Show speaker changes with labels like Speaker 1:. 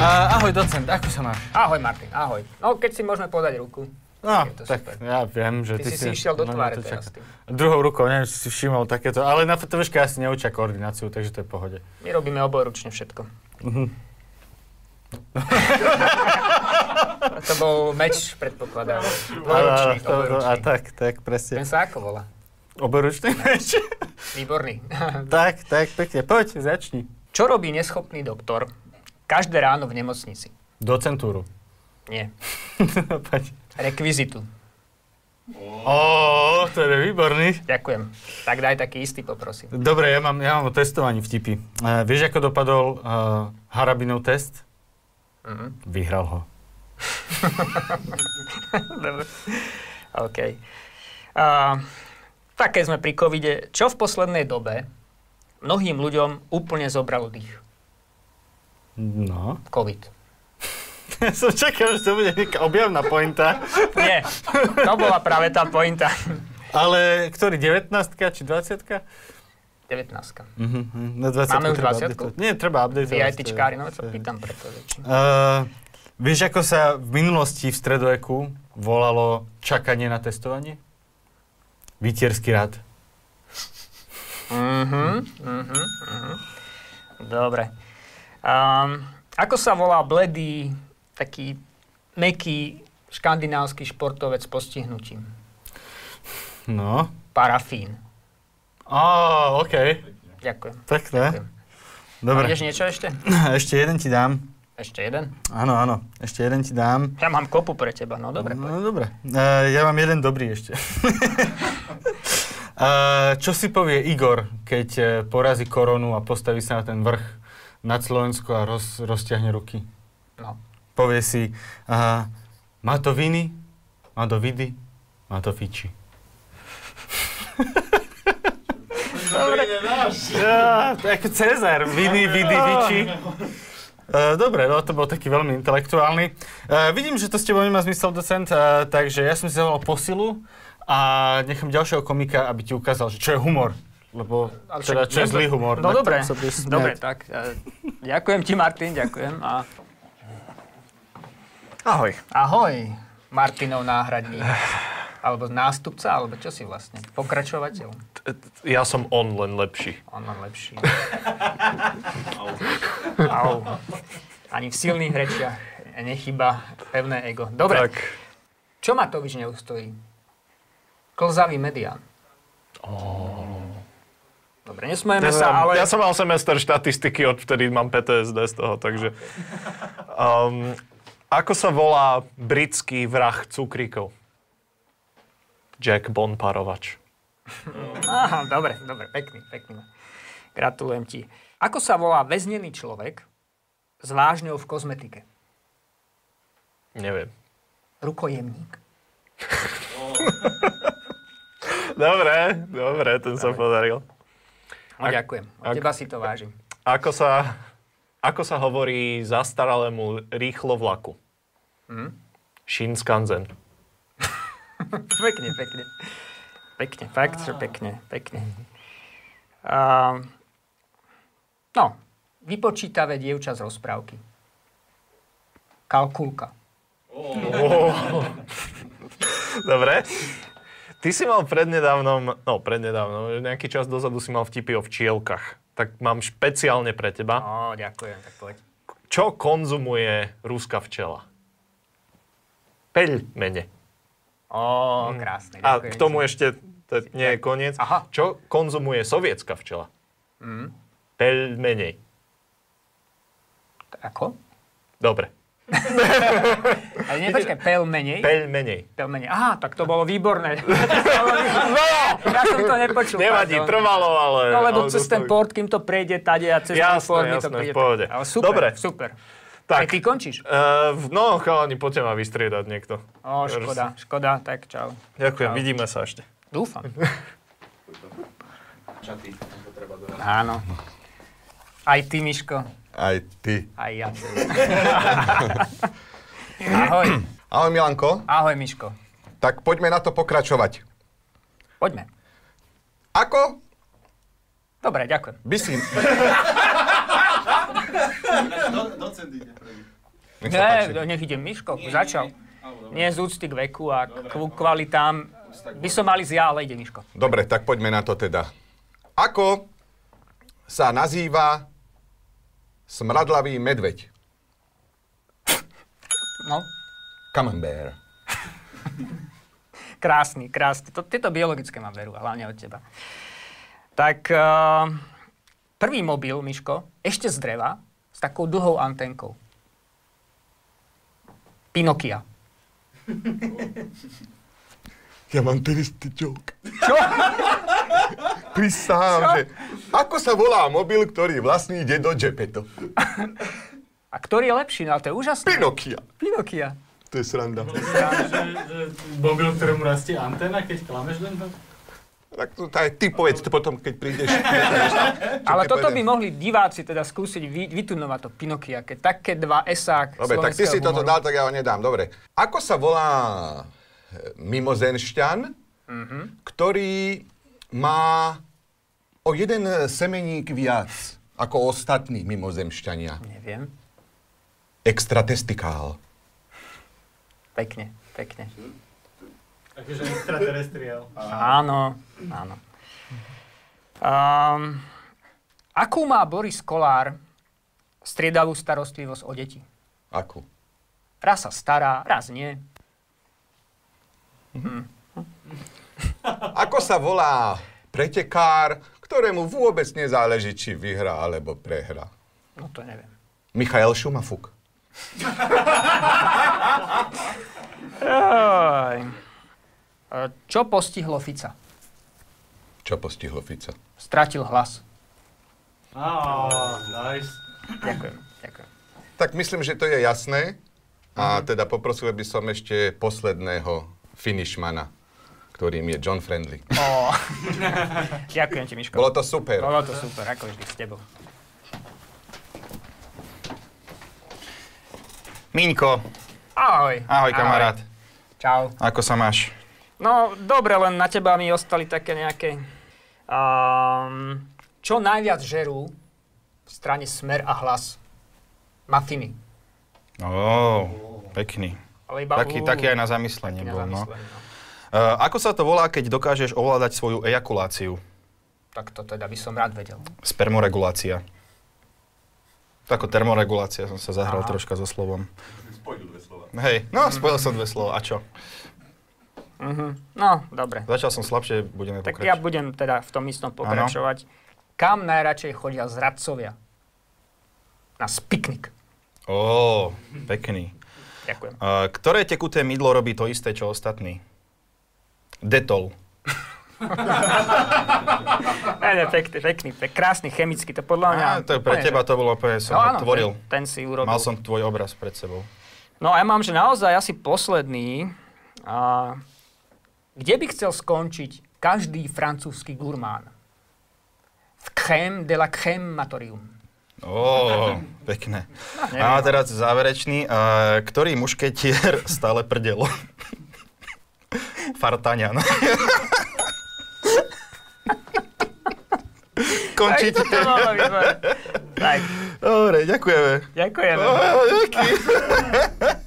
Speaker 1: Uh, ahoj, docent, ako sa máš?
Speaker 2: Ahoj Martin, ahoj. No keď si môžeme podať ruku.
Speaker 3: No,
Speaker 2: Je to
Speaker 3: tak
Speaker 2: super.
Speaker 3: ja viem, že
Speaker 2: Ty
Speaker 3: ty,
Speaker 2: si si išiel do
Speaker 3: na mňa
Speaker 2: tváre
Speaker 3: to
Speaker 2: teraz
Speaker 3: čaká.
Speaker 2: tým.
Speaker 3: Druhou rukou, neviem, či si všimol takéto, ale na FTVške asi neučia koordináciu, takže to je v pohode.
Speaker 2: My robíme oboručne všetko.
Speaker 3: Mhm.
Speaker 2: to bol meč, predpokladám. Dvojručný,
Speaker 3: a, to- to- a
Speaker 2: oboručný.
Speaker 3: tak, tak,
Speaker 2: Ten
Speaker 3: presne.
Speaker 2: sa ako volá?
Speaker 3: Oberučný meč.
Speaker 2: Výborný.
Speaker 3: tak, tak, pekne, poď, začni.
Speaker 2: Čo robí neschopný doktor každé ráno v nemocnici?
Speaker 3: Docentúru.
Speaker 2: Nie.
Speaker 3: poď.
Speaker 2: Rekvizitu.
Speaker 3: Ó, to je výborný.
Speaker 2: Ďakujem. Tak daj taký istý, poprosím.
Speaker 3: Dobre, ja mám, ja mám o testovaní vtipy. Uh, vieš, ako dopadol uh, Harabinov test?
Speaker 2: Mhm.
Speaker 3: Vyhral ho.
Speaker 2: Dobre. OK. A, tak keď sme pri covide, čo v poslednej dobe mnohým ľuďom úplne zobral dých?
Speaker 3: No.
Speaker 2: Covid.
Speaker 3: Ja som čakal, že to bude nejaká objavná pointa.
Speaker 2: Nie, to bola práve tá pointa.
Speaker 3: Ale ktorý, 19 či 20
Speaker 2: 19.
Speaker 3: Mhm, na 20
Speaker 2: Máme už
Speaker 3: treba
Speaker 2: 20-ku?
Speaker 3: updateovať. Nie, treba update.
Speaker 2: Vy aj tyčkári, no čo pýtam preto. že či-
Speaker 3: Uh, vieš, ako sa v minulosti v stredoveku volalo čakanie na testovanie? Vytierský rad.
Speaker 2: Mhm, mhm, mhm. Dobre. Um, ako sa volá bledý, taký meký škandinávsky športovec s postihnutím?
Speaker 3: No.
Speaker 2: Parafín.
Speaker 3: Á, OK.
Speaker 2: Ďakujem.
Speaker 3: Pekné. Dobre,
Speaker 2: Ideš niečo ešte?
Speaker 3: ešte jeden ti dám.
Speaker 2: Ešte jeden?
Speaker 3: Áno, áno, ešte jeden ti dám.
Speaker 2: Ja mám kopu pre teba, no dobre. poď.
Speaker 3: No dobre, uh, ja mám jeden dobrý ešte. uh, čo si povie Igor, keď eh, porazí koronu a postaví sa na ten vrch nad Slovensko a roz, rozťahne ruky?
Speaker 2: No.
Speaker 3: Povie si, uh, má to viny, má to vidy, má to fiči.
Speaker 2: Dobre.
Speaker 3: Ja, tak Cezar, viny, vidy,
Speaker 2: No.
Speaker 3: fiči. Uh, dobre, no to bol taký veľmi intelektuálny. Uh, vidím, že to s tebou nemá zmysel, docent, uh, takže ja som si zavolal posilu a nechám ďalšieho komika, aby ti ukázal, že čo je humor. Lebo
Speaker 2: Ale
Speaker 3: teda,
Speaker 2: však-
Speaker 3: čo je zlý humor.
Speaker 2: No
Speaker 3: na
Speaker 2: dobre,
Speaker 3: ktorom sa budeš smiať.
Speaker 2: dobre, tak. e, Ďakujem ti, Martin, ďakujem. A...
Speaker 4: Ahoj.
Speaker 2: Ahoj, Martinov náhradník. Alebo nástupca, alebo čo si vlastne? Pokračovateľ.
Speaker 4: T- t- Ja som on len lepší.
Speaker 2: On len lepší. Au. Ani v silných rečiach nechyba pevné ego. Dobre,
Speaker 4: Tak.
Speaker 2: čo Matovič neustojí? Klzavý medián. Dobre, nesmejeme sa, ale...
Speaker 4: Ja som mal semester štatistiky, odvtedy mám PTSD z toho, takže... Um, ako sa volá britský vrah cukríkov? Jack Bonparovač.
Speaker 2: Aha, dobre, dobre, pekný, pekný. Gratulujem ti. Ako sa volá väznený človek s vážňou v kozmetike?
Speaker 4: Neviem.
Speaker 2: Rukojemník.
Speaker 4: Dobre, dobre, ten sa podaril.
Speaker 2: No, ďakujem, od
Speaker 4: ak-
Speaker 2: teba si to vážim.
Speaker 4: Ako sa, ako sa hovorí zastaralému rýchlo vlaku? Hm? Shinkansen.
Speaker 2: Pekne, pekne. Pekne, fakt, že pekne, pekne. Uh, no, vypočítavé dievča z rozprávky. Kalkulka.
Speaker 4: Oh. Dobre. Ty si mal prednedávnom, no prednedávnom, nejaký čas dozadu si mal vtipy o včielkach. Tak mám špeciálne pre teba.
Speaker 2: Ó, ďakujem, tak poď.
Speaker 4: Čo konzumuje ruská včela? Peľmene.
Speaker 2: Ó, krásne,
Speaker 4: Hmm. A
Speaker 2: ďakujem.
Speaker 4: k tomu
Speaker 2: ti.
Speaker 4: ešte, to nie je koniec.
Speaker 2: Aha. Mm.
Speaker 4: Čo konzumuje sovietská včela? Peľmenej.
Speaker 2: Ako?
Speaker 4: Dobre.
Speaker 2: Ale nie, počkaj, pel menej.
Speaker 4: Peľmenej.
Speaker 2: Pelmene. Aha, tak to bolo výborné. ja som to nepočul.
Speaker 4: Nevadí,
Speaker 2: pardon.
Speaker 4: trvalo, ale...
Speaker 2: No lebo
Speaker 4: ale
Speaker 2: cez ten
Speaker 4: zostaví.
Speaker 2: port, kým to prejde tade a cez ten
Speaker 4: Jasné,
Speaker 2: port mi to
Speaker 4: jasné, v
Speaker 2: príde.
Speaker 4: pohode.
Speaker 2: Ale super,
Speaker 4: Dobre.
Speaker 2: super. Tak.
Speaker 4: Tak.
Speaker 2: ty končíš?
Speaker 4: Eh, no, chalani, poďte ma vystriedať niekto.
Speaker 2: Ó, škoda, škoda, tak čau.
Speaker 4: Ďakujem, vidíme sa ešte.
Speaker 2: Dúfam. Áno. Aj ty, Miško,
Speaker 5: Aj ty.
Speaker 2: aj ja. Ahoj.
Speaker 5: Ahoj Milanko,
Speaker 2: Ahoj, Miško.
Speaker 5: tak poďme na to pokračovať.
Speaker 2: Poďme.
Speaker 5: Ako
Speaker 2: Dobre, ďakujem.
Speaker 5: by si...
Speaker 6: Do, docent ide prvý.
Speaker 5: Nech sa
Speaker 2: Ne,
Speaker 5: páči.
Speaker 2: nech idem, Miško, začal. Nie z úcty k veku a k kvalitám. By som mal ísť ja, ale ide Miško.
Speaker 5: Dobre, tak poďme na to teda. Ako sa nazýva smradlavý medveď?
Speaker 2: No,
Speaker 5: Camembert.
Speaker 2: krásny, krásny. To, tieto biologické mám veru, a hlavne od teba. Tak uh, prvý mobil, Miško, ešte z dreva, s takou dlhou antenkou. Pinokia.
Speaker 5: Ja mám ten istý joke. Čo? Prisahám, že... Ako sa volá mobil, ktorý vlastní dedo Gepetto?
Speaker 2: A ktorý je lepší? No ale to je úžasné.
Speaker 5: Pinokia.
Speaker 2: Pinokia.
Speaker 5: To je sranda.
Speaker 3: No, Mobil, ktorému rastie antena, keď klameš len tak?
Speaker 5: Tak to aj ty povedz to potom, keď prídeš.
Speaker 2: Ale
Speaker 5: ti
Speaker 2: toto
Speaker 5: povedať?
Speaker 2: by mohli diváci teda skúsiť vy, vytunovať to Pinokia, keď také dva esák
Speaker 5: Dobre, tak ty
Speaker 2: slovenského
Speaker 5: si toto
Speaker 2: humoru.
Speaker 5: dal, tak ja ho nedám. Dobre. Ako sa volá e, mimozenšťan,
Speaker 2: Mhm.
Speaker 5: ktorý má o jeden e, semeník viac ako ostatní mimozemšťania?
Speaker 2: Neviem.
Speaker 5: Extratestikál.
Speaker 2: Pekne, pekne.
Speaker 3: Akože extraterestriál.
Speaker 2: Áno, áno. Um, akú má Boris Kolár striedavú starostlivosť o deti?
Speaker 5: Akú?
Speaker 2: Raz sa stará, raz nie.
Speaker 5: Ako sa volá pretekár, ktorému vôbec nezáleží, či vyhrá alebo prehra?
Speaker 2: No to neviem.
Speaker 5: Michael Šumafuk.
Speaker 2: Aj. E, Čo postihlo Fica?
Speaker 5: Čo postihlo Fica?
Speaker 2: Stratil hlas.
Speaker 3: nice.
Speaker 2: Ďakujem, ďakujem.
Speaker 5: Tak myslím, že to je jasné. A teda poprosil by som ešte posledného finishmana, ktorým je John Friendly.
Speaker 2: O, ďakujem ti, Miško.
Speaker 5: Bolo to super.
Speaker 2: Bolo to super, ako vždy s tebou.
Speaker 6: Miňko,
Speaker 2: Ahoj.
Speaker 6: ahoj kamarát.
Speaker 2: Čau.
Speaker 6: Ako sa máš?
Speaker 2: No, dobre, len na teba mi ostali také nejaké... Um, čo najviac žerú v strane Smer a Hlas? Mafiny.
Speaker 6: Ó, pekný.
Speaker 2: Ale iba...
Speaker 6: Taký,
Speaker 2: ú,
Speaker 6: taký aj na zamyslenie
Speaker 2: na
Speaker 6: bol, no.
Speaker 2: zamyslenie, no.
Speaker 6: Uh, ako sa to volá, keď dokážeš ovládať svoju ejakuláciu?
Speaker 2: Tak to teda by som rád vedel.
Speaker 6: Spermoregulácia. Tako termoregulácia, som sa zahral troška so slovom. Spojil dve slova. Hej, no spojil som dve slova, a čo?
Speaker 2: No, dobre.
Speaker 6: Začal som slabšie, budeme
Speaker 2: Tak
Speaker 6: pokračovať.
Speaker 2: ja budem teda v tom istom pokračovať. Kam najradšej chodia zradcovia? Na spiknik.
Speaker 6: Ó, pekný.
Speaker 2: Ďakujem.
Speaker 6: Uh, ktoré tekuté mydlo robí to isté, čo ostatní? Detol.
Speaker 2: Ne, ne, pekný, pekný, pek, krásny, chemický, No, to podľa mňa...
Speaker 6: Á, to je pre
Speaker 2: úplne,
Speaker 6: teba
Speaker 2: že-
Speaker 6: to bolo úplne, som
Speaker 2: No áno,
Speaker 6: ho tvoril.
Speaker 2: Ten, ten si urobil.
Speaker 6: Mal som tvoj obraz pred sebou.
Speaker 2: No a ja mám, že naozaj asi posledný. A kde by chcel skončiť každý francúzsky gurmán? V crème de la crème matorium.
Speaker 6: Ó, pekné.
Speaker 2: neviem.
Speaker 6: A teraz záverečný. A, ktorý mušketier stále prdelo? Fartaňan. Končí ti.
Speaker 2: Toto bolo výborné. Tak,
Speaker 6: Dobre, ďakujeme.
Speaker 2: ďakujeme.
Speaker 6: Á, Ďakujem.